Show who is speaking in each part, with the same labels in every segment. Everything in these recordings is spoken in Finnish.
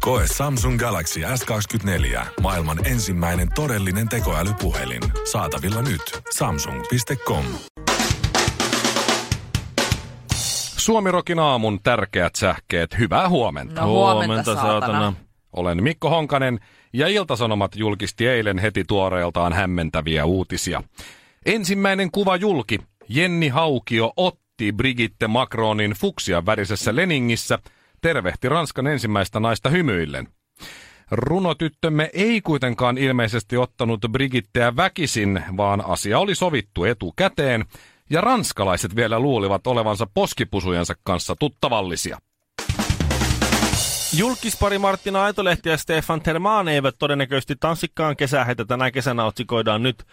Speaker 1: Koe Samsung Galaxy S24. Maailman ensimmäinen todellinen tekoälypuhelin. Saatavilla nyt. Samsung.com.
Speaker 2: Suomirokin aamun tärkeät sähkeet. Hyvää huomenta.
Speaker 3: No huomenta, saatana.
Speaker 2: Olen Mikko Honkanen ja Iltasanomat julkisti eilen heti tuoreeltaan hämmentäviä uutisia. Ensimmäinen kuva julki. Jenni Haukio otti Brigitte Macronin fuksian värisessä Leningissä, tervehti Ranskan ensimmäistä naista hymyillen. Runotyttömme ei kuitenkaan ilmeisesti ottanut Brigitteä väkisin, vaan asia oli sovittu etukäteen, ja ranskalaiset vielä luulivat olevansa poskipusujensa kanssa tuttavallisia.
Speaker 4: Julkispari Martina Aitolehti ja Stefan Termaan eivät todennäköisesti tanssikkaan kesää heitä tänä kesänä otsikoidaan nyt.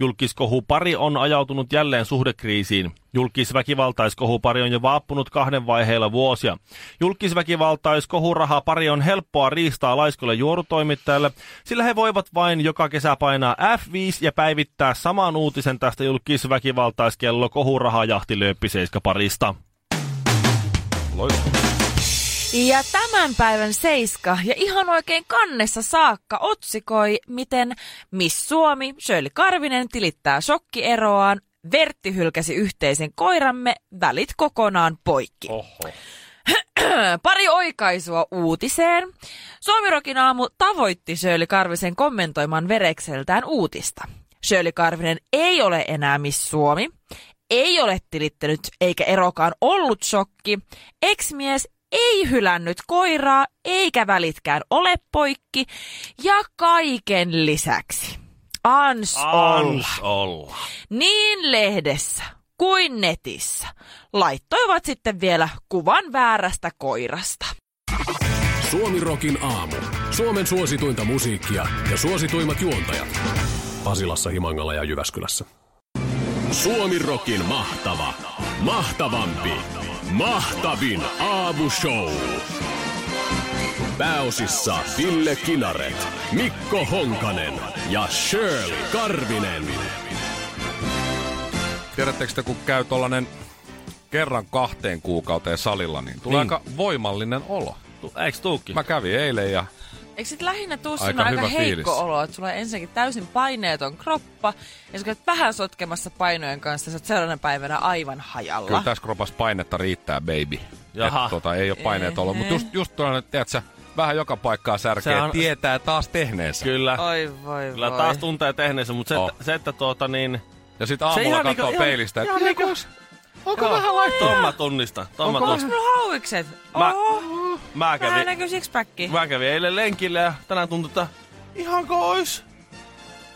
Speaker 4: Julkiskohupari on ajautunut jälleen suhdekriisiin. Julkisväkivaltaiskohupari on jo vaappunut kahden vaiheella vuosia. Julkisväkivaltaiskohuraha pari on helppoa riistaa laiskolle juorutoimittajalle, sillä he voivat vain joka kesä painaa F5 ja päivittää saman uutisen tästä julkisväkivaltaiskello kohurahajahti lööppi seiskaparista.
Speaker 3: Ja tämän päivän Seiska ja ihan oikein kannessa saakka otsikoi, miten Miss Suomi Shirley Karvinen tilittää shokkieroaan, Vertti hylkäsi yhteisen koiramme, välit kokonaan poikki.
Speaker 2: Oho.
Speaker 3: Öö, Pari oikaisua uutiseen. Suomirokin aamu tavoitti Shirley Karvisen kommentoimaan verekseltään uutista. Shirley Karvinen ei ole enää Miss Suomi, ei ole tilittänyt eikä erokaan ollut shokki. Ex-mies ei hylännyt koiraa eikä välitkään ole poikki ja kaiken lisäksi. Ans olla
Speaker 2: olla.
Speaker 3: niin lehdessä kuin netissä laittoivat sitten vielä kuvan väärästä koirasta.
Speaker 5: Suomirokin aamu. Suomen suosituinta musiikkia ja suosituimmat juontajat. Pasilassa, Himangalla ja Jyväskylässä. Suomirokin mahtava, mahtavampi, mahtavin aamushow. Pääosissa Ville Kinaret, Mikko Honkanen ja Shirley Karvinen.
Speaker 2: Tiedättekö te, kun käy tollanen kerran kahteen kuukauteen salilla, niin tulee
Speaker 4: Niin.
Speaker 2: aika voimallinen olo.
Speaker 4: Eiks tuukin?
Speaker 2: Mä kävin eilen ja
Speaker 3: Eikö sit lähinnä tuu aika,
Speaker 2: Aika
Speaker 3: aika
Speaker 2: hyvä
Speaker 3: heikko
Speaker 2: fiilis.
Speaker 3: olo, että sulla on ensinnäkin täysin paineeton kroppa, ja sä käyt vähän sotkemassa painojen kanssa, sä oot seuraavana päivänä aivan hajalla.
Speaker 2: kyllä tässä kropassa painetta riittää, baby.
Speaker 4: Jaha. Eh,
Speaker 2: Et, tota, ei ole paineet ollut, mutta just, just tuollainen, tiedätkö, vähän joka paikkaa
Speaker 4: Se
Speaker 2: särkeä,
Speaker 4: on-
Speaker 2: tietää taas tehneensä.
Speaker 4: Kyllä.
Speaker 3: Oi voi
Speaker 4: Kyllä
Speaker 3: voi.
Speaker 4: taas tuntee tehneensä, mutta se,
Speaker 2: Oh.
Speaker 4: että, se, että tuota niin...
Speaker 2: Ja sit aamulla
Speaker 4: ihan
Speaker 2: katsoo
Speaker 4: niinku-
Speaker 2: peilistä, että
Speaker 4: ihan- ihan
Speaker 2: niinku,
Speaker 4: Onko Joo. vähän laittoa? Ton mä tunnistan. Ton mä,
Speaker 3: Onks
Speaker 4: tunnistan.
Speaker 3: mulla hauikset?
Speaker 4: Mä-
Speaker 3: Oho,
Speaker 4: mä,
Speaker 3: vähän
Speaker 4: kävin,
Speaker 3: näkyy sixpacki.
Speaker 4: mä kävin eilen lenkillä ja tänään tuntui, että ihanko ois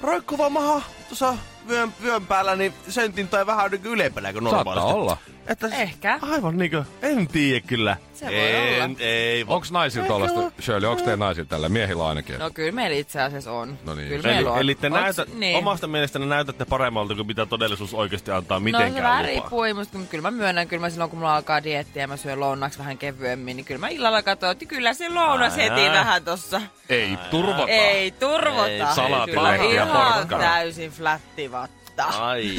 Speaker 4: roikkuva maha tuossa vyön, vyön päällä, niin sentin tai vähän niin ylempänä kuin normaalisti.
Speaker 2: saattaa olla.
Speaker 4: Että s-
Speaker 3: Ehkä.
Speaker 4: Aivan niinkö? En tiedä kyllä.
Speaker 3: Se voi
Speaker 4: en,
Speaker 3: olla.
Speaker 4: Ei voi.
Speaker 2: Onks naisilla tollaista, Shirley, onks teillä naisilla tällä? Miehillä ainakin.
Speaker 3: No kyllä meillä itse asiassa on.
Speaker 2: No niin.
Speaker 3: Kyllä
Speaker 4: Eli,
Speaker 3: meillä on.
Speaker 4: eli te
Speaker 3: Onks-
Speaker 4: näytät,
Speaker 3: niin.
Speaker 4: omasta mielestänne näytätte paremmalta kuin mitä todellisuus oikeasti antaa
Speaker 3: No se
Speaker 4: mitenkään
Speaker 3: vähän
Speaker 4: lupaa.
Speaker 3: riippuu ihmistä, mutta kyllä mä myönnän, kyllä mä silloin kun mulla alkaa dieettiä ja mä syön lounaksi vähän kevyemmin, niin kyllä mä illalla katsoin, että kyllä se lounas
Speaker 4: Ää.
Speaker 3: heti vähän tossa.
Speaker 2: Ei turvata.
Speaker 3: Ei turvota.
Speaker 4: Ei,
Speaker 3: kyllä
Speaker 2: salaatilehtiä ja
Speaker 3: ihan
Speaker 2: porkkana.
Speaker 3: täysin flättivatta.
Speaker 4: Ai,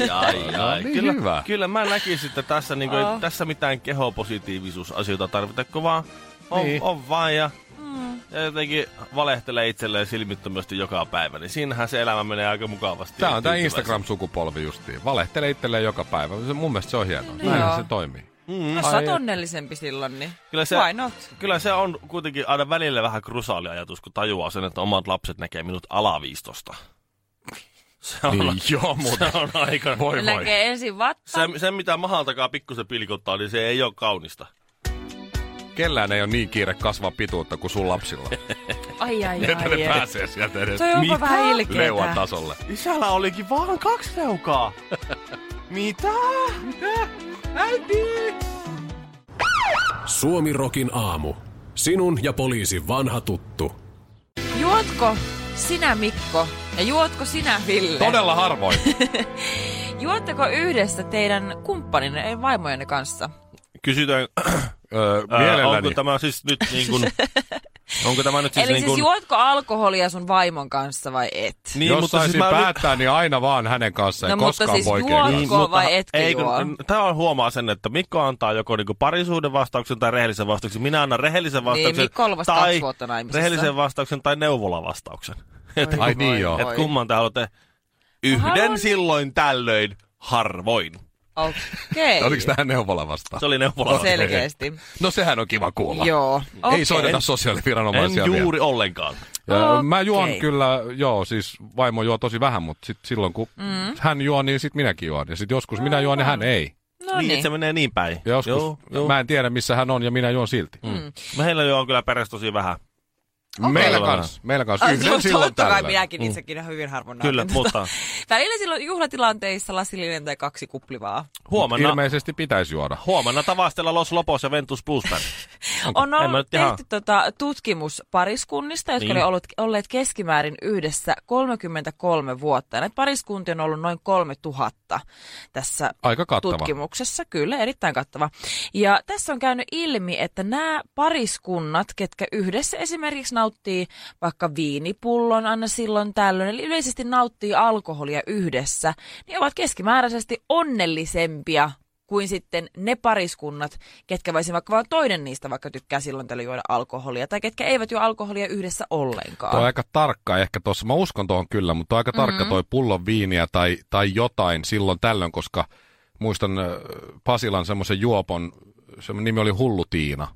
Speaker 4: ai,
Speaker 2: No
Speaker 4: ai.
Speaker 2: niin,
Speaker 4: kyllä,
Speaker 2: hyvä.
Speaker 4: kyllä mä näkisin, että tässä, niin kuin,
Speaker 3: Joo.
Speaker 4: ei tässä mitään kehopositiivisuusasioita tarvita, kun vaan on,
Speaker 2: Niin.
Speaker 4: niin. on vaan ja,
Speaker 3: Mm.
Speaker 4: ja jotenkin valehtelee itselleen silmittömästi joka päivä. Niin siinähän se elämä menee aika mukavasti.
Speaker 2: Tää
Speaker 4: ja
Speaker 2: on tää
Speaker 4: tyytyväisesti.
Speaker 2: Instagram-sukupolvi justiin. Valehtelee itselleen joka päivä. Se, mun mielestä se on hienoa.
Speaker 3: Niin
Speaker 2: Näin
Speaker 3: joo.
Speaker 2: se toimii.
Speaker 3: No sä oot onnellisempi silloin, niin
Speaker 4: Kyllä se-
Speaker 3: why not?
Speaker 4: Kyllä se on kuitenkin aina välillä vähän krusaali ajatus, kun tajuaa sen, että omat lapset näkee minut alaviistosta. Se on,
Speaker 2: Niin, joo, muuten.
Speaker 4: se on aika...
Speaker 2: Voi
Speaker 3: Ne
Speaker 2: voi.
Speaker 3: Näkee ensin vatsa.
Speaker 4: Se, se, mitä mahan takaa pikkusen pilkottaa, niin se ei ole kaunista.
Speaker 2: Kellään ei ole niin kiire kasvaa pituutta kuin sun lapsilla.
Speaker 3: Ai ai
Speaker 2: Että
Speaker 3: ai.
Speaker 2: ne
Speaker 3: ai.
Speaker 2: pääsee sieltä edes
Speaker 3: Toi onpa vähän
Speaker 2: leuan
Speaker 3: ilkeetä.
Speaker 2: tasolle.
Speaker 4: Isällä olikin vaan kaksi leukaa. Mitä? Äiti!
Speaker 5: Suomirokin aamu. Sinun ja poliisin vanha tuttu.
Speaker 3: Juotko sinä Mikko ja juotko sinä Ville?
Speaker 2: Todella harvoin.
Speaker 3: Juotteko yhdessä teidän kumppaninne, ei vaimojenne kanssa?
Speaker 4: Kysytään,
Speaker 2: Öö,
Speaker 4: ää, onko
Speaker 2: mielelläni.
Speaker 4: tämä siis nyt niin kuin, onko tämä nyt siis
Speaker 3: Eli
Speaker 4: niin
Speaker 3: siis
Speaker 4: kuin,
Speaker 3: juotko alkoholia sun vaimon kanssa vai et?
Speaker 4: niin,
Speaker 2: Jos
Speaker 4: mutta
Speaker 2: saisin
Speaker 4: siis mä olin-
Speaker 2: päättää, niin aina vaan hänen kanssaan, ei
Speaker 3: No, mutta
Speaker 2: koskaan
Speaker 3: siis
Speaker 2: poikien kanssa.
Speaker 3: juokko- vai etkö
Speaker 4: ei, kun,
Speaker 3: juo?
Speaker 4: Tämä on huomaa sen, että Mikko antaa joko niinku parisuuden vastauksen tai rehellisen vastauksen. Minä annan rehellisen vastauksen
Speaker 3: Niin, Mikko on vasta kaksi
Speaker 4: tai
Speaker 3: vuotta naimisissa.
Speaker 4: rehellisen vastauksen tai neuvolavastauksen. Että
Speaker 2: Ai niin joo.
Speaker 4: et kumman te haluatte
Speaker 3: haluan-
Speaker 4: yhden silloin tällöin harvoin.
Speaker 3: Okei.
Speaker 2: Oliko tämä neuvola vastaan?
Speaker 4: Se oli neuvolavastaus.
Speaker 3: Selkeästi.
Speaker 2: No sehän on kiva kuulla.
Speaker 3: Joo.
Speaker 2: Okay.
Speaker 3: Okei.
Speaker 2: Ei soiteta
Speaker 4: En- En
Speaker 2: sosiaaliviranomaisia vielä.
Speaker 4: juuri ollenkaan.
Speaker 2: Ja Mä juon
Speaker 3: Okei.
Speaker 2: kyllä, joo, siis vaimo juo tosi vähän, mutta sit silloin kun mm. hän juo, niin sit minäkin juon. Ja sit joskus minä juon, niin hän ei.
Speaker 3: No
Speaker 4: niin, että
Speaker 3: niin.
Speaker 4: se menee niin päin.
Speaker 2: Ja joskus joo, joo. mä en tiedä, missä hän on ja minä juon silti. Mm.
Speaker 4: Meillä joo kyllä peräs tosi vähän.
Speaker 2: Meillä
Speaker 4: Aivan.
Speaker 2: kanssa, meillä kanssa.
Speaker 3: Ah,
Speaker 2: Yhden silloin
Speaker 3: Totta kai
Speaker 2: tällöin.
Speaker 3: minäkin itsekin hyvin harvoin
Speaker 4: Mm. Kyllä,
Speaker 3: nautin.
Speaker 4: mutta
Speaker 3: Välillä silloin juhlatilanteissa lasillinen tai kaksi kuplivaa.
Speaker 4: huomenna,
Speaker 2: Ilmeisesti pitäisi juoda.
Speaker 4: huomenna tavastella Los Lopos ja Ventus Plusberg.
Speaker 3: On
Speaker 4: En mä
Speaker 3: ollut
Speaker 4: nyt ihan-
Speaker 3: tehty tota, tutkimus pariskunnista, jotka
Speaker 4: Niin.
Speaker 3: niin. olleet, olleet keskimäärin yhdessä 33 vuotta. Ja näitä pariskuntia on ollut noin 3000 tässä
Speaker 2: Aika kattava.
Speaker 3: tutkimuksessa. Kyllä, erittäin kattava. Ja tässä on käynyt ilmi, että nämä pariskunnat, ketkä yhdessä esimerkiksi nauttii vaikka viinipullon aina silloin tällöin, eli yleisesti nauttii alkoholia yhdessä, niin ovat keskimääräisesti onnellisempia kuin sitten ne pariskunnat, ketkä voisi vaikka vaan toinen niistä vaikka tykkää silloin tällöin juoda alkoholia, tai ketkä eivät juo alkoholia yhdessä
Speaker 2: Tuo on
Speaker 3: ollenkaan.
Speaker 2: aika tarkka ehkä tuossa. Mä uskon tuohon kyllä, mutta aika tarkka toi pullon viiniä tai, tai jotain silloin tällöin, koska muistan äh, Pasilan semmoisen juopon, se nimi oli Hullu Tiina.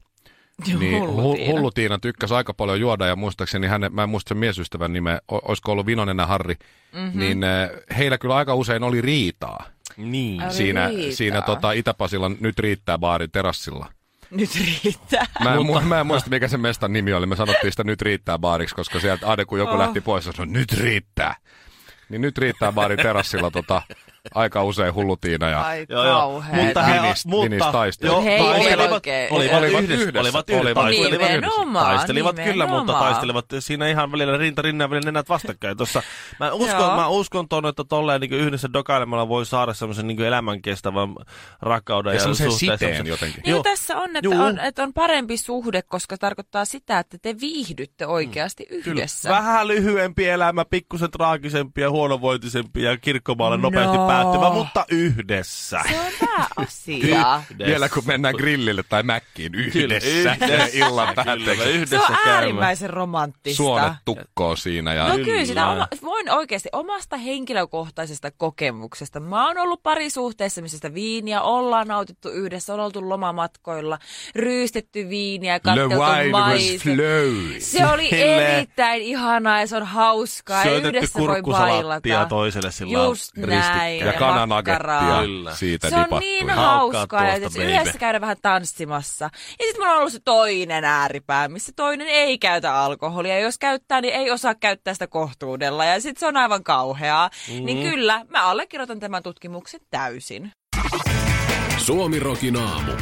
Speaker 2: Niin, Hullu, Tiina. Hullu Tiina tykkäsi aika paljon juoda ja muistaakseni, hänen, mä en muista sen miesystävän nimeä, o- olisiko ollut Vinonen ja Harri, mm-hmm. niin äh, heillä kyllä aika usein oli riitaa
Speaker 4: niin.
Speaker 3: Oli
Speaker 2: siinä,
Speaker 3: riitaa.
Speaker 2: siinä tota, Itä-Pasilan nyt riittää baarin terassilla.
Speaker 3: Nyt riittää.
Speaker 2: Mä en, mu- mä en muista, mikä se mestan nimi oli. Me sanottiin sitä nyt riittää baariksi, koska sieltä aina kun joku oh. lähti pois, se sanoi, nyt riittää. Niin nyt riittää baari terassilla tota, aika usein hullutiina ja
Speaker 3: Ai
Speaker 4: Joo, joo.
Speaker 3: kauheeta.
Speaker 4: Mutta he,
Speaker 2: Minist-
Speaker 4: mutta,
Speaker 2: ministaistelu.
Speaker 4: joo,
Speaker 3: Hei,
Speaker 4: taistelivat,
Speaker 3: oikein.
Speaker 4: olivat,
Speaker 2: Olivat
Speaker 4: yhdessä,
Speaker 2: yhdessä.
Speaker 4: olivat yhdessä,
Speaker 2: Olivat
Speaker 4: taistelivat
Speaker 2: yhdessä.
Speaker 3: Nimenomaan,
Speaker 4: taistelivat kyllä,
Speaker 3: nimenomaan.
Speaker 4: mutta taistelivat siinä ihan välillä rinta rinnan välillä nenät vastakkain. Tuossa, mä uskon,
Speaker 3: Joo.
Speaker 4: mä uskon tuonne, että tolleen niin yhdessä dokailemalla voi saada semmoisen niin elämän kestävän rakkauden
Speaker 2: Ja
Speaker 4: ja,
Speaker 2: semmoisen
Speaker 4: suhteen,
Speaker 2: siteen
Speaker 4: semmoisen-
Speaker 2: jotenkin.
Speaker 3: Niin
Speaker 4: Joo.
Speaker 3: Joo. tässä on että,
Speaker 4: Juu.
Speaker 3: on, että on parempi suhde, koska se tarkoittaa sitä, että te viihdytte oikeasti yhdessä.
Speaker 4: Mm. Vähän lyhyempi elämä, pikkusen traagisempi ja huonovointisempi ja kirkkomaalle nopeasti
Speaker 3: No.
Speaker 4: päättyvä, mutta yhdessä.
Speaker 3: Se on pääasia.
Speaker 2: vielä kun mennään grillille tai mäkkiin
Speaker 4: Kyllä,
Speaker 2: yhdessä, illan päätteeksi.
Speaker 3: se on
Speaker 4: yhdessä käymään.
Speaker 3: äärimmäisen romanttista.
Speaker 2: Suonet tukkoon siinä ja
Speaker 3: No
Speaker 4: Kyllä.
Speaker 3: kyllä, sitä oma, voin oikeasti omasta henkilökohtaisesta kokemuksesta. Mä oon ollut parisuhteessa, missä sitä viiniä ollaan nautittu yhdessä, on oltu lomamatkoilla, ryystetty viiniä, ja
Speaker 2: the
Speaker 3: katteltu
Speaker 2: wine was
Speaker 3: maisema.
Speaker 2: flowing.
Speaker 3: Se oli
Speaker 4: Sille.
Speaker 3: erittäin ihanaa ja se on hauskaa. ja
Speaker 4: Syötetty
Speaker 3: Yhdessä voi
Speaker 4: kurkkusalattia
Speaker 3: bailata.
Speaker 4: toiselle sillä
Speaker 3: Just näin.
Speaker 4: ristikkäin.
Speaker 2: Ja kananagettia
Speaker 3: makkaraa.
Speaker 4: Kyllä.
Speaker 2: siitä
Speaker 3: Se on
Speaker 2: dipattui.
Speaker 3: niin
Speaker 4: Haukkaa
Speaker 3: hauskaa, ja
Speaker 4: tuosta,
Speaker 3: tietysti
Speaker 4: baby.
Speaker 3: yhdessä käydä vähän tanssimassa. Ja sitten mulla on ollut se toinen ääripää, missä toinen ei käytä alkoholia. Ja jos käyttää, niin ei osaa käyttää sitä kohtuudella. Ja sitten se on aivan kauheaa.
Speaker 4: Mm.
Speaker 3: Niin kyllä, mä allekirjoitan tämän tutkimuksen täysin. No
Speaker 5: Suomi Rokin aamu.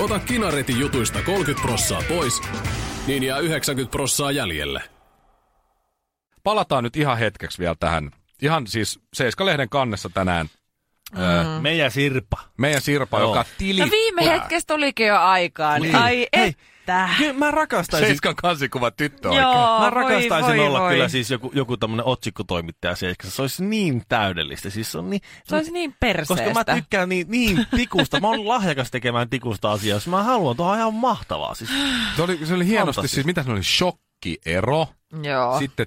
Speaker 5: Ota kinareti jutuista 30 prossaa pois, niin jää 90 prossaa jäljelle.
Speaker 2: Palataan nyt ihan hetkeksi vielä tähän. Ihan siis Seiska-lehden kannessa tänään
Speaker 4: Meijä Mm. Sirpa.
Speaker 2: meidän Sirpa,
Speaker 4: Joo.
Speaker 2: joka tili...
Speaker 3: No viime hetkestä olikin jo aikaa. Niin. Ai että.
Speaker 4: Kyllä mä rakastaisin.
Speaker 2: Seiskan kansikuva tyttö oikein.
Speaker 3: Joo,
Speaker 4: Mä rakastaisin
Speaker 3: voi, voi,
Speaker 4: olla
Speaker 3: voi.
Speaker 4: kyllä siis joku, joku tämmönen otsikkotoimittaja Seiskassa. Se olisi niin täydellistä. Siis se on niin,
Speaker 3: Se olisi niin
Speaker 4: koska
Speaker 3: perseestä.
Speaker 4: mä tykkään niin, niin tikusta. Mä oon lahjakas tekemään tikusta asiaa, jos mä haluan. Tuo on ihan mahtavaa. Siis,
Speaker 2: Se oli, se oli hienosti,
Speaker 4: Fantastista.
Speaker 2: siis mitä se oli, shokkiero,
Speaker 3: Joo.
Speaker 2: sitten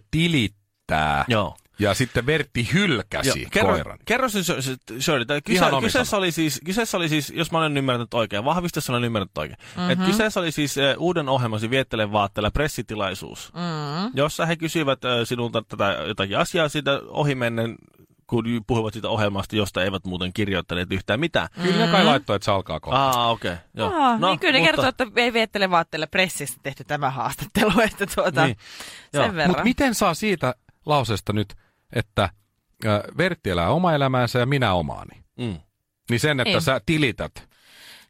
Speaker 2: tilittää
Speaker 4: joo.
Speaker 2: ja sitten Vertti hylkäsi
Speaker 4: Joo, kerro,
Speaker 2: koiran.
Speaker 4: Kerro se, se, se Shirley, tai kyse,
Speaker 2: Ihan omissa.
Speaker 4: kyseessä, oli siis, kyseessä oli siis, jos mä olen ymmärtänyt oikein, vahvista jos olen ymmärtänyt oikein. Mm-hmm.
Speaker 3: Mhm.
Speaker 4: Et kyseessä oli siis uh, uuden ohjelmasi Viettelen vaatteella pressitilaisuus, mm-hmm. jossa he kysyivät uh, sinulta tätä jotakin asiaa siitä ohimennen, kun ju- puhuivat siitä ohjelmasta, josta eivät muuten kirjoittaneet yhtään mitään. Mm-hmm.
Speaker 2: Kyllä kai laittoi, että se alkaa kohta.
Speaker 4: Ah, okei. Okay, joo.
Speaker 3: Mm. Aa, no, niin kyllä ne
Speaker 4: mutta-
Speaker 3: kertoo, että ei viettele vaatteella pressissä tehty tämä haastattelu, että tuota,
Speaker 4: Niin.
Speaker 3: niin.
Speaker 4: Joo.
Speaker 3: sen
Speaker 4: Mut
Speaker 3: verran.
Speaker 2: Mutta miten saa siitä lauseesta nyt, että ö, Vertti elää oma elämäänsä ja minä omaani?
Speaker 4: Mm.
Speaker 2: Niin sen, että
Speaker 3: Niin.
Speaker 2: sä tilität.
Speaker 3: Niin,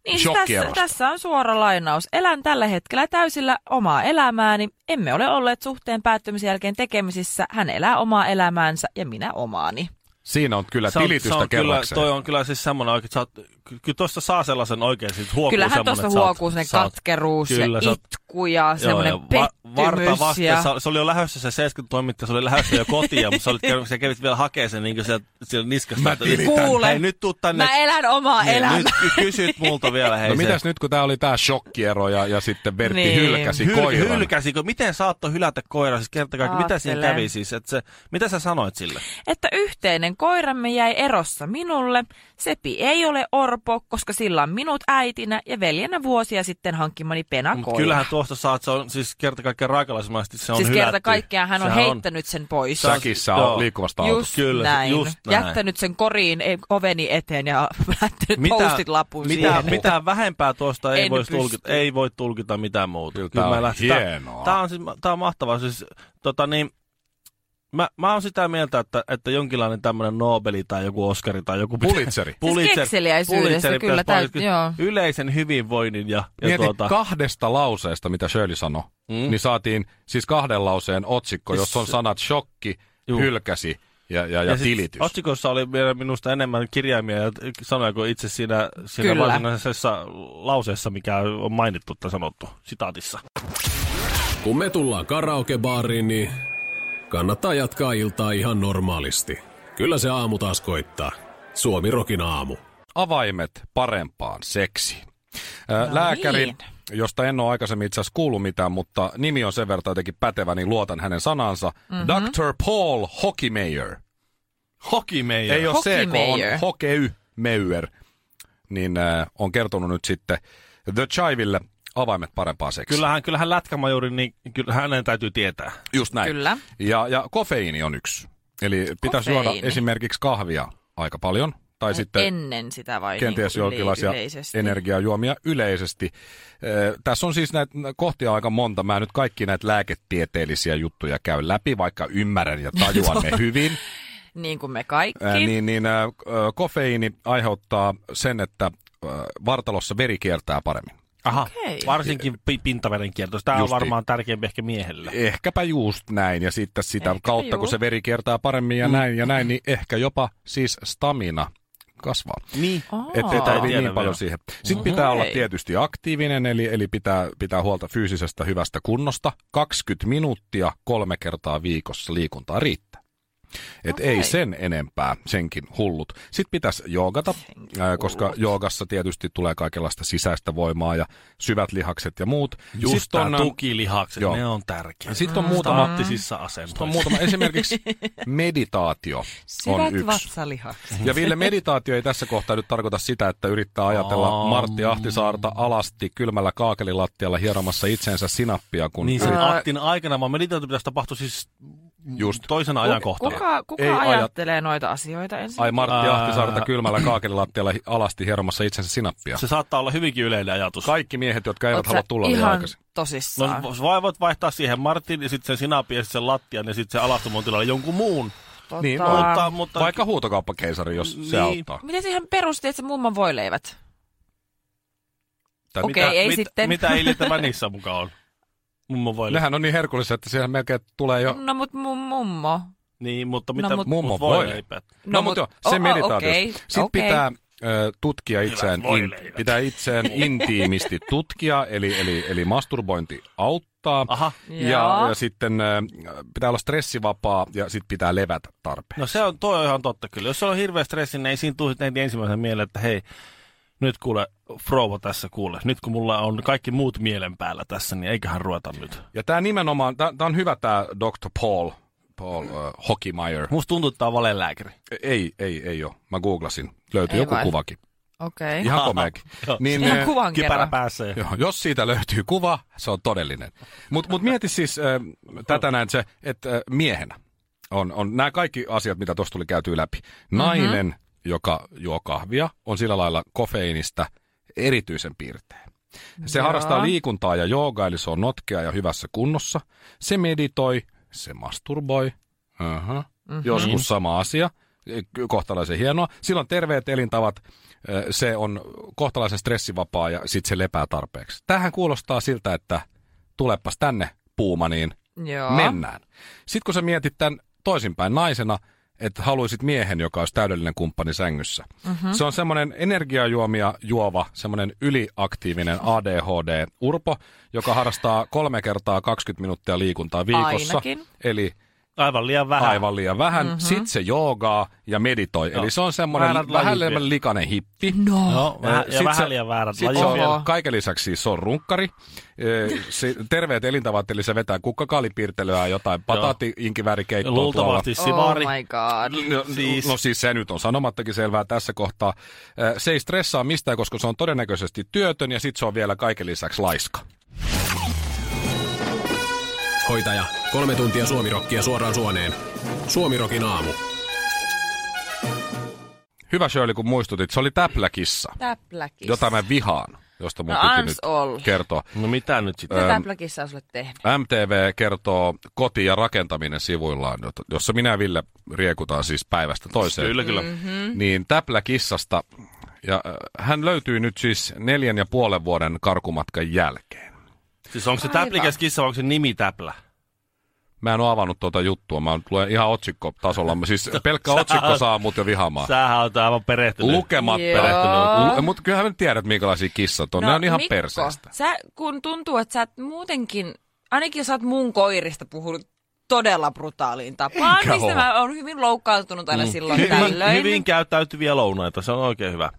Speaker 3: siis tässä,
Speaker 2: Shokkierosta.
Speaker 3: tässä on suora lainaus. Elän tällä hetkellä täysillä omaa elämääni. Emme ole olleet suhteen päättymisen jälkeen tekemisissä. Hän elää omaa elämäänsä ja minä omaani.
Speaker 2: Siinä on kyllä
Speaker 4: Se on,
Speaker 2: tilitystä
Speaker 4: se on kyllä,
Speaker 2: kerrakseen.
Speaker 4: toi on kyllä siis semmoinen oikein, että sä oot, ky- kyllä tuossa saa sellaisen oikein, siis huokuu
Speaker 3: Kyllähän
Speaker 4: semmoinen,
Speaker 3: tuossa
Speaker 4: että sä oot-
Speaker 3: huokuu ne
Speaker 4: sä oot-
Speaker 3: katkeruus
Speaker 4: Kyllä, sä
Speaker 3: ja
Speaker 4: oot-
Speaker 3: itku ja semmoinen
Speaker 4: ja va-
Speaker 3: pettymys.
Speaker 4: Varta vasten,
Speaker 3: ja...
Speaker 4: ja... se oli jo lähdössä se 70 toimittaja, se oli lähdössä jo kotiin, mutta sä, olit, käynyt- sä kävit vielä hakemaan sen niin sieltä, sieltä niskasta.
Speaker 2: Mä
Speaker 4: että-
Speaker 2: tilitän.
Speaker 3: Kuule.
Speaker 4: Hei, nyt tuu tänne.
Speaker 3: Mä elän omaa
Speaker 4: Niin,
Speaker 3: elämää.
Speaker 4: Nyt ky- kysyt multa vielä, hei
Speaker 2: No
Speaker 4: se-
Speaker 2: mitäs nyt, kun tää oli tää shokkiero ja, ja sitten Bertti
Speaker 3: Niin.
Speaker 2: hylkäsi
Speaker 4: Hyl-
Speaker 2: koiran.
Speaker 4: hylkäsikö? Miten saattoi hylätä koira? Siis kertokaa, mitä siinä
Speaker 3: Aattele.
Speaker 4: kävi siis? Et se, mitä sä sanoit sille?
Speaker 3: että yhteinen koiramme jäi erossa minulle. Sepi ei ole orpo, koska sillä on minut äitinä ja veljenä vuosia sitten hankkimani
Speaker 4: Mut
Speaker 3: penakoira.
Speaker 4: kyllähän tuosta saat, se on siis kerta kaikkiaan raakalaismaisesti se Mm. on
Speaker 3: siis
Speaker 4: hylätty.
Speaker 3: kerta kaikkiaan hän on
Speaker 4: Sehän
Speaker 3: heittänyt sen pois.
Speaker 4: Sä-
Speaker 2: Säkissä
Speaker 4: Joo.
Speaker 2: on liikkuvasta autosta.
Speaker 3: Just
Speaker 4: Kyllä, se-
Speaker 3: näin.
Speaker 4: just näin.
Speaker 3: Jättänyt sen koriin e- oveni eteen ja lähtenyt
Speaker 4: Mitä-
Speaker 3: postit lapun
Speaker 4: mitä,
Speaker 3: siihen.
Speaker 4: mitä vähempää tuosta ei,
Speaker 3: En
Speaker 4: voi
Speaker 3: pysty.
Speaker 4: tulkita, ei voi tulkita mitään muuta.
Speaker 2: Kyllä tää
Speaker 4: Nyt mä
Speaker 2: on
Speaker 4: lähtin- tää-
Speaker 2: hienoa.
Speaker 4: Tää on, siis, tää on mahtavaa. Siis, tota niin, mä, mä oon sitä mieltä, että, että jonkinlainen tämmöinen Nobeli tai joku Oscari tai joku...
Speaker 2: Pulitzeri.
Speaker 3: Siis kekseliäisyydestä kyllä
Speaker 4: pitäisi
Speaker 3: täyt-
Speaker 4: palkita-
Speaker 3: joo.
Speaker 4: Yleisen hyvinvoinnin ja, ja
Speaker 2: Mieti
Speaker 4: tuota...
Speaker 2: kahdesta lauseesta, mitä Shirley sanoi, mm. niin saatiin siis kahden lauseen otsikko, jossa on
Speaker 4: Siis-
Speaker 2: sanat shokki,
Speaker 4: Juu.
Speaker 2: hylkäsi ja, ja, ja,
Speaker 4: sit
Speaker 2: tilitys.
Speaker 4: Otsikossa oli vielä minusta enemmän kirjaimia ja sanoja kuin itse siinä, siinä
Speaker 3: Kyllä.
Speaker 4: varsinaisessa lauseessa, mikä on mainittu tai sanottu sitaatissa.
Speaker 5: Kun me tullaan karaokebaariin, niin kannattaa jatkaa iltaa ihan normaalisti. Kyllä se aamu taas koittaa. Suomi Rokin aamu.
Speaker 2: Avaimet parempaan seksiin. Ää, Lääkäri,
Speaker 3: niin.
Speaker 2: josta en ole aikaisemmin itse asiassa kuullut mitään, mutta nimi on sen verran jotenkin pätevä, niin luotan hänen sanansa.
Speaker 3: Mhm.
Speaker 2: Mm-hmm. Dr. Paul Hockeymeyer.
Speaker 4: Hoki meidän.
Speaker 2: Ei ole CK,
Speaker 3: Hockeymeyer.
Speaker 2: on Hokeymeyr. Niin äh, on kertonut nyt sitten The Chiville avaimet parempaan seksiin.
Speaker 4: Kyllähän, kyllähän lätkämajuri, niin kyllä hänen täytyy tietää.
Speaker 2: Just näin.
Speaker 3: Kyllä.
Speaker 2: Ja, ja kofeiini on yksi. Eli pitäisi juoda
Speaker 3: Kofeiini.
Speaker 2: esimerkiksi kahvia aika paljon. Tai sitten
Speaker 3: Ennen sitä vai
Speaker 2: kenties
Speaker 3: niin kuin yle-
Speaker 2: jonkinlaisia
Speaker 3: yleisesti?
Speaker 2: energiajuomia yleisesti. Ö, tässä on siis näitä kohtia aika monta. Mä en nyt kaikki näitä lääketieteellisiä juttuja käy läpi, vaikka ymmärrän ja tajuan ne hyvin.
Speaker 3: Niin kuin me kaikki.
Speaker 2: Ää, niin, niin ää, ö, kofeiini aiheuttaa sen, että ää, vartalossa veri kiertää paremmin.
Speaker 4: Aha,
Speaker 3: Okei.
Speaker 4: varsinkin pi- pintaverenkierto. Tämä on
Speaker 2: Justiin.
Speaker 4: varmaan tärkeämpi ehkä miehelle.
Speaker 2: Ehkäpä just näin, ja sitten sitä
Speaker 3: Ehkäpä Mm.
Speaker 2: kautta, kun
Speaker 3: juu.
Speaker 2: se veri kiertää paremmin ja näin ja näin, niin ehkä jopa siis stamina kasvaa.
Speaker 4: Niin.
Speaker 2: Ettei
Speaker 4: Aa.
Speaker 2: tarvii
Speaker 4: Tiedä
Speaker 2: niin paljon
Speaker 4: vielä.
Speaker 2: siihen. Sitten pitää olla
Speaker 3: Okei.
Speaker 2: tietysti aktiivinen, eli, eli pitää, pitää huolta fyysisestä hyvästä kunnosta. 20 minuuttia kolme kertaa viikossa liikuntaa riittää. Et ei
Speaker 3: Okei.
Speaker 2: sen enempää, senkin hullut. Sitten pitäisi joogata,
Speaker 3: Senkin
Speaker 2: ää, koska joogassa tietysti tulee kaikenlaista sisäistä voimaa ja syvät lihakset ja muut.
Speaker 4: Just
Speaker 2: Sitten
Speaker 4: tää
Speaker 2: on, ä,
Speaker 4: tukilihakset,
Speaker 2: joo.
Speaker 4: ne ähm, on tärkeä.
Speaker 2: Sitten on muutama-
Speaker 4: Staattisissa asennoissa.
Speaker 2: sit on muutama, esimerkiksi meditaatio on
Speaker 3: Syvät
Speaker 2: yksi.
Speaker 3: vatsalihakset.
Speaker 2: Ja Ville, meditaatio ei tässä kohtaa nyt tarkoita sitä, että yrittää ajatella
Speaker 4: Aa.
Speaker 2: Martti Ahtisaarta alasti kylmällä kaakelilattialla hieromassa itsensä sinappia, kun
Speaker 4: Niin
Speaker 2: niin
Speaker 4: sen
Speaker 2: yrit...
Speaker 3: Ää.
Speaker 4: Attin aikana, vaan meditaatio pitäisi tapahtua siis
Speaker 2: just...
Speaker 4: toisena ajankohtana.
Speaker 3: Kuka, kuka
Speaker 2: Ei ajat-
Speaker 3: ajattelee noita asioita ensin?
Speaker 2: Ai Martti
Speaker 4: Ää.
Speaker 2: Ahtisaarta kylmällä kaakelilattialla hi- alasti hieromassa itsensä sinappia.
Speaker 4: Se saattaa olla hyvinkin yleinen ajatus.
Speaker 2: Kaikki miehet, jotka eivät
Speaker 3: Oot sä
Speaker 2: halua tulla liian
Speaker 3: ihan
Speaker 2: aikaisin.
Speaker 3: tosissaan.
Speaker 4: No vai voit vaihtaa siihen Martin ja sitten sen sinapin ja sitten sen lattian ja sitten sen alastumon tilalle jonkun muun.
Speaker 3: Tota,
Speaker 2: Niin,
Speaker 4: Mutta, mutta
Speaker 2: Vaikka huutokauppakeisari, jos se
Speaker 4: Niin.
Speaker 2: auttaa.
Speaker 3: Miten siihen perusti, että se mummon voileivät?
Speaker 2: Tai
Speaker 3: Okei,
Speaker 2: mitä-
Speaker 3: ei
Speaker 4: mit,
Speaker 3: sitten.
Speaker 4: Mitä iljettävää niissä mukaan on? Mummo voi.
Speaker 2: Nehän on niin herkullisia, että siihen melkein tulee jo...
Speaker 3: No mut mun mummo.
Speaker 4: Niin, mutta mitä
Speaker 3: No, mut-
Speaker 2: Mummo
Speaker 4: mut
Speaker 2: voi.
Speaker 4: leipää?
Speaker 2: No, no mutta No, joo, se
Speaker 3: oh,
Speaker 2: meditaatio.
Speaker 3: okei,
Speaker 2: Sitten
Speaker 3: okei.
Speaker 2: pitää ö, tutkia itseään,
Speaker 4: Hyvät
Speaker 2: in,
Speaker 4: voileivät.
Speaker 2: pitää itseään intiimisti tutkia, eli, eli, eli masturbointi auttaa.
Speaker 4: Aha.
Speaker 2: Ja,
Speaker 3: Joo.
Speaker 2: ja sitten ö, pitää olla stressivapaa ja sitten pitää levätä tarpeen.
Speaker 4: No se on, toi on ihan totta kyllä. Jos se on hirveä stressi, niin ei siinä tule sitten heti ensimmäisen mieleen, että hei, nyt kuule, Frouva tässä kuule. Nyt kun mulla on kaikki muut mielen päällä tässä, niin eiköhän ruota nyt.
Speaker 2: Ja tämä nimenomaan, tämä on hyvä tämä Dr. Paul, Paul uh, Hockeymeyer.
Speaker 4: Musta tuntuu, että tämä on valelääkäri.
Speaker 2: Ei, ei, ei ole. Mä googlasin. Löytyi
Speaker 3: Ei
Speaker 2: joku
Speaker 3: vai?
Speaker 2: kuvakin.
Speaker 3: Okei.
Speaker 2: Ihan komeakin.
Speaker 4: Joo.
Speaker 2: niin,
Speaker 3: Ihan
Speaker 2: ö,
Speaker 3: kuvan
Speaker 4: Kipärä
Speaker 3: kerran.
Speaker 4: pääsee.
Speaker 2: Joo, jos siitä löytyy kuva, se on todellinen. Mutta mut mieti siis äh, tätä näin se, että äh, miehenä on, on nämä kaikki asiat, mitä tuossa tuli käytyä läpi. Nainen, mm-hmm. joka juo kahvia, on sillä lailla kofeiinista erityisen piirtein. Se
Speaker 3: Joo.
Speaker 2: harrastaa liikuntaa ja joogaa, eli se on notkea ja hyvässä kunnossa. Se meditoi, se masturboi, uh-huh. mm-hmm. joskus sama asia, kohtalaisen hienoa. Silloin terveet elintavat, ö, se on kohtalaisen stressivapaa ja sitten se lepää tarpeeksi. Tähän kuulostaa siltä, että tulepas tänne puuma, niin
Speaker 3: Joo.
Speaker 2: mennään. Sitten kun sä mietit tämän toisinpäin naisena, että haluaisit miehen, joka olisi täydellinen kumppani sängyssä.
Speaker 3: Mhm.
Speaker 2: Mm-hmm. Se on semmoinen energiajuomia juova, semmoinen yliaktiivinen ADHD-urpo, joka harrastaa kolme kertaa 20 minuuttia liikuntaa viikossa.
Speaker 3: Ainakin.
Speaker 2: Eli
Speaker 4: Aivan liian vähän.
Speaker 2: aivan liian vähän. Mm-hmm. Sitten se joogaa ja meditoi. Joo. Eli se on
Speaker 4: Väärät
Speaker 2: semmoinen vähän
Speaker 4: lajit
Speaker 2: liian
Speaker 4: vielä.
Speaker 2: likainen hippi.
Speaker 3: No.
Speaker 4: Joo, vähän- ja
Speaker 2: sit
Speaker 4: vähän
Speaker 2: se-
Speaker 4: liian väärät
Speaker 2: sit
Speaker 4: lajit
Speaker 2: se on
Speaker 4: vielä.
Speaker 2: Kaiken lisäksi siis se on runkkari. Ö, se, terveet elintavat, eli se vetää kukkakaalipiirtelyä ja jotain
Speaker 4: Ja
Speaker 2: patatti-inkiväärikeittoa tuolla.
Speaker 4: Luultavasti
Speaker 3: Oh
Speaker 4: Sivari.
Speaker 3: my god.
Speaker 2: No siis.
Speaker 4: Siis-
Speaker 2: no siis se nyt on sanomattakin selvää tässä kohtaa. Ö, Se ei stressaa mistään, koska se on todennäköisesti työtön ja sitten se on vielä kaiken lisäksi laiska.
Speaker 5: Hoitaja, kolme tuntia suomirokkia suoraan suoneen. Suomirokin aamu.
Speaker 2: Hyvä Shirley, kun muistutit, se oli täpläkissa,
Speaker 3: Täpläkissä.
Speaker 2: jota mä vihaan, josta mun
Speaker 3: No,
Speaker 2: piti
Speaker 3: ans
Speaker 2: nyt
Speaker 3: olla.
Speaker 2: kertoa.
Speaker 4: No mitä nyt sitten?
Speaker 2: ähm,
Speaker 3: Mitä täpläkissä on sulle tehnyt?
Speaker 2: MTV kertoo koti- ja rakentaminen sivuillaan, jota- jossa minä ja Ville riekutaan siis päivästä toiseen.
Speaker 4: Kyllä, kyllä.
Speaker 2: Mm-hmm. Niin täplä kissasta. Ja äh, hän löytyy nyt siis neljän ja puolen vuoden karkumatkan jälkeen.
Speaker 4: Siis onko se täplikäs kissa vai onko se nimi täplä?
Speaker 2: Mä en ole avannut tuota juttua, mä luen ihan otsikkotasolla. Mä Siis pelkkä otsikko saa mut jo vihaamaan.
Speaker 4: Sähän on aivan perehtynyt.
Speaker 2: Lukemat
Speaker 3: Joo.
Speaker 2: perehtynyt. Mutta kyllähän me tiedät, minkälaisia kissat on. No, ne on ihan
Speaker 3: Mikko,
Speaker 2: perseestä.
Speaker 3: Sä, kun tuntuu, että sä et muutenkin, ainakin jos sä oot mun koirista puhunut todella brutaaliin tapaan,
Speaker 2: Enkä oo. Mm.
Speaker 3: mistä mä oon hyvin loukkaantunut aina silloin tällöin.
Speaker 4: hyvin käyttäytyviä lounaita, se on oikein hyvä.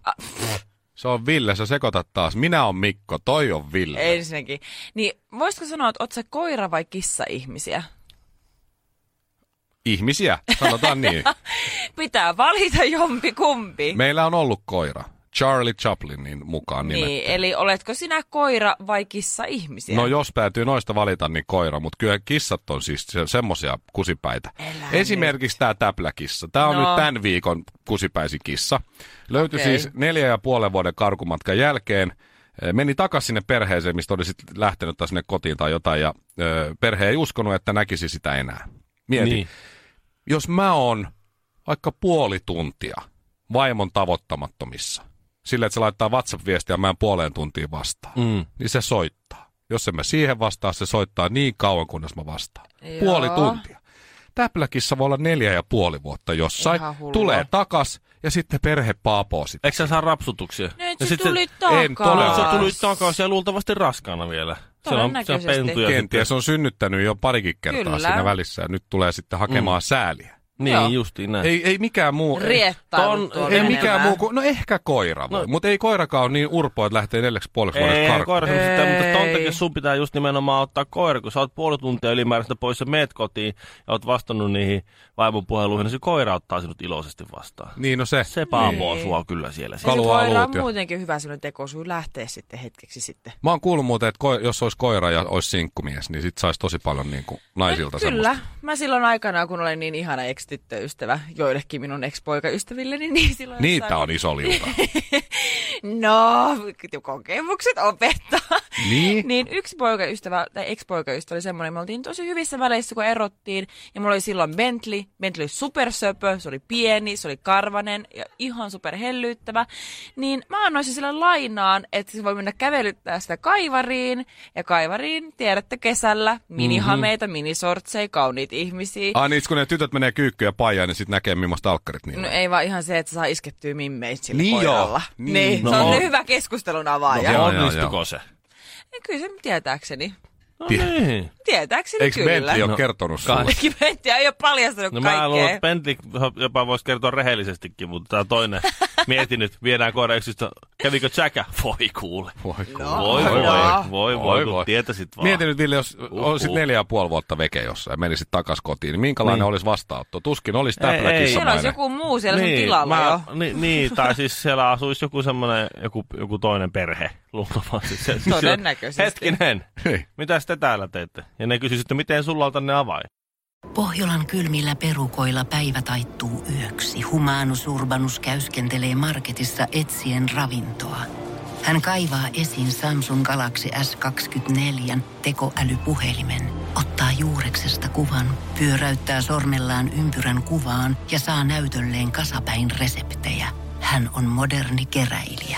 Speaker 2: Se on Ville, sä sekoitat taas. Minä on Mikko, toi on Ville.
Speaker 3: Ensinnäkin. Niin voisitko sanoa, että oot sä koira vai kissa-ihmisiä?
Speaker 2: Ihmisiä, sanotaan niin.
Speaker 3: Pitää valita jompi kumpi.
Speaker 2: Meillä on ollut koira. Charlie Chaplinin mukaan nimetty.
Speaker 3: niin, eli oletko sinä koira vai kissa-ihmisiä?
Speaker 2: No jos päätyy noista valita, niin koira, mutta kyllä kissat on siis se, semmosia kusipäitä.
Speaker 3: Älä
Speaker 2: Esimerkiksi tämä täpläkissa. Tämä on
Speaker 3: No.
Speaker 2: nyt tämän viikon kusipäisi kissa. Löytyi
Speaker 3: Okei.
Speaker 2: siis neljä ja puolen vuoden karkumatkan jälkeen. Eh, Meni takaisin sinne perheeseen, mistä oli sitten lähtenyt tai sinne kotiin tai jotain, ja ö, perhe ei uskonut, että näkisi sitä enää. Mieti, niin.
Speaker 4: Niin.
Speaker 2: jos mä oon vaikka puoli tuntia vaimon tavoittamattomissa, sillä että se laittaa WhatsApp-viestiä mä en puoleen tuntiin vastaan, mm. niin se soittaa. Jos en mä siihen vastaa, se soittaa niin kauan, kunnes mä vastaan. Joo.
Speaker 3: Joo.
Speaker 2: Puoli tuntia. Täpläkissä voi olla neljä ja puoli vuotta jossain,
Speaker 3: Ihan hullua.
Speaker 2: tulee takas ja sitten perhe paapoo sitä.
Speaker 4: Eikö sä saa rapsutuksia?
Speaker 3: Nyt
Speaker 4: Ja
Speaker 3: se
Speaker 4: sit
Speaker 3: tuli takas.
Speaker 2: No en todella.
Speaker 4: Se tuli takaisin ja luultavasti raskaana vielä. Se on, se on
Speaker 3: Todennäköisesti.
Speaker 4: pentuja.
Speaker 2: Kenties on synnyttänyt jo parikin kertaa Kyllä.
Speaker 3: Kyllä.
Speaker 2: siinä välissä ja nyt tulee sitten hakemaan mm. sääliä.
Speaker 3: Joo.
Speaker 4: Niin, justiin näin.
Speaker 2: Ei, ei mikään muu. ei-
Speaker 3: Riettailu
Speaker 4: Ton-
Speaker 3: tuolla
Speaker 2: Ei
Speaker 4: Menemään.
Speaker 2: mikään
Speaker 3: menemään.
Speaker 2: muu kuin, no ehkä koira voi, no. mutta ei koirakaan ole niin urpo, että lähtee neljäksi puoleksi vuodeksi
Speaker 4: Ei,
Speaker 2: karkuun.
Speaker 4: koira, sitä, mutta
Speaker 3: Ei.
Speaker 4: ton takia sun pitää just nimenomaan ottaa koira, kun sä oot puoli tuntia ylimääräistä pois ja meet kotiin ja oot vastannut niihin vaimon puheluihin, niin se koira ottaa sinut iloisesti vastaan.
Speaker 2: Niin no se.
Speaker 4: Se
Speaker 2: Niin.
Speaker 4: paamoo sua kyllä siellä.
Speaker 3: Ja se
Speaker 2: Kalua
Speaker 3: Siis koira on
Speaker 2: luut ja-
Speaker 3: muutenkin hyvä sellainen tekosyy lähteä sitten hetkeksi sitten.
Speaker 2: Mä oon kuullut muuten, että ko- jos olisi koira ja olisi sinkkumies, niin sit saisi tosi paljon niin kuin naisilta
Speaker 3: Kyllä.
Speaker 2: semmoista.
Speaker 3: Mä silloin aikanaan, kun olen niin ihana ex-tyttöystävä joillekin minun ex-poikaystävilleni, niin silloin...
Speaker 2: Niitä
Speaker 3: jossain-
Speaker 2: on iso liuta.
Speaker 3: No, kokemukset opettaa.
Speaker 2: niin?
Speaker 3: niin yksi poikaystävä, tai ex-poikaystävä oli semmoinen, me oltiin tosi hyvissä väleissä, kun erottiin. Ja mulla oli silloin Bentley. Bentley oli supersöpö, se oli pieni, se oli karvanen ja ihan superhellyttävä. Niin mä annoin sen sille lainaan, että se voi mennä kävelyttää sitä kaivariin. Ja kaivariin, tiedätte, kesällä
Speaker 2: Mhm.
Speaker 3: minihameita, minisortseja, kauniit ihmisiä.
Speaker 2: Ah niin, kun ne tytöt menee kyykkyyn ja paijaan, niin sit näkee millaiset alkkarit niillä.
Speaker 3: No
Speaker 2: on.
Speaker 3: ei vaan ihan se, että saa iskettyä mimmeit sillä
Speaker 2: Niin joo,
Speaker 3: koiralla.
Speaker 2: niin.
Speaker 3: Niin, niin.
Speaker 2: No
Speaker 3: se on
Speaker 4: on.
Speaker 3: hyvä keskustelun
Speaker 2: Joo,
Speaker 3: avaaja.
Speaker 4: Ja
Speaker 3: No,
Speaker 2: joo,
Speaker 4: onnistuko
Speaker 2: joo.
Speaker 4: se?
Speaker 3: kyllä se tietääkseni.
Speaker 4: No niin.
Speaker 3: Tietääkseni
Speaker 2: Eikö
Speaker 3: kyllä.
Speaker 2: Bentley ole
Speaker 4: No,
Speaker 2: kertonut
Speaker 4: kai.
Speaker 2: sulle?
Speaker 3: Kimenttiä ei ole paljastanut
Speaker 4: No
Speaker 3: no,
Speaker 4: mä luulen,
Speaker 3: kaikkea.
Speaker 4: että Bentley jopa voisi kertoa rehellisestikin, mutta tämä toinen. Mieti nyt, viedään koira yksistä. Kävikö Jacka? Voi kuule.
Speaker 2: Voi, kun-
Speaker 3: No.
Speaker 4: Voi voi,
Speaker 3: Joo.
Speaker 4: voi voi, kun tietäisit vaan.
Speaker 2: Mieti nyt Ville, jos
Speaker 4: Uhuh.
Speaker 2: olisit neljä ja puoli vuotta veke jossain ja menisit takas kotiin, niin minkälainen
Speaker 4: Niin.
Speaker 2: olisi vastaanotto? Tuskin olisi
Speaker 4: Ei, ei.
Speaker 2: täpläkissä
Speaker 3: Siellä olisi joku muu siellä sun tilalla jo.
Speaker 4: Niin, niin, tai siis siellä asuisi joku semmoinen, joku, joku toinen perhe luultavasti. Se, se-
Speaker 3: Todennäköisesti.
Speaker 4: Hetkinen,
Speaker 2: Niin.
Speaker 4: mitäs te täällä teette? Ja ne kysyisivät, että miten sulla on tänne avain?
Speaker 6: Pohjolan kylmillä perukoilla päivä taittuu yöksi. Humanus Urbanus käyskentelee marketissa etsien ravintoa. Hän kaivaa esiin Samsung Galaxy S24 tekoälypuhelimen, ottaa juureksesta kuvan, pyöräyttää sormellaan ympyrän kuvaan ja saa näytölleen kasapäin reseptejä. Hän on moderni keräilijä.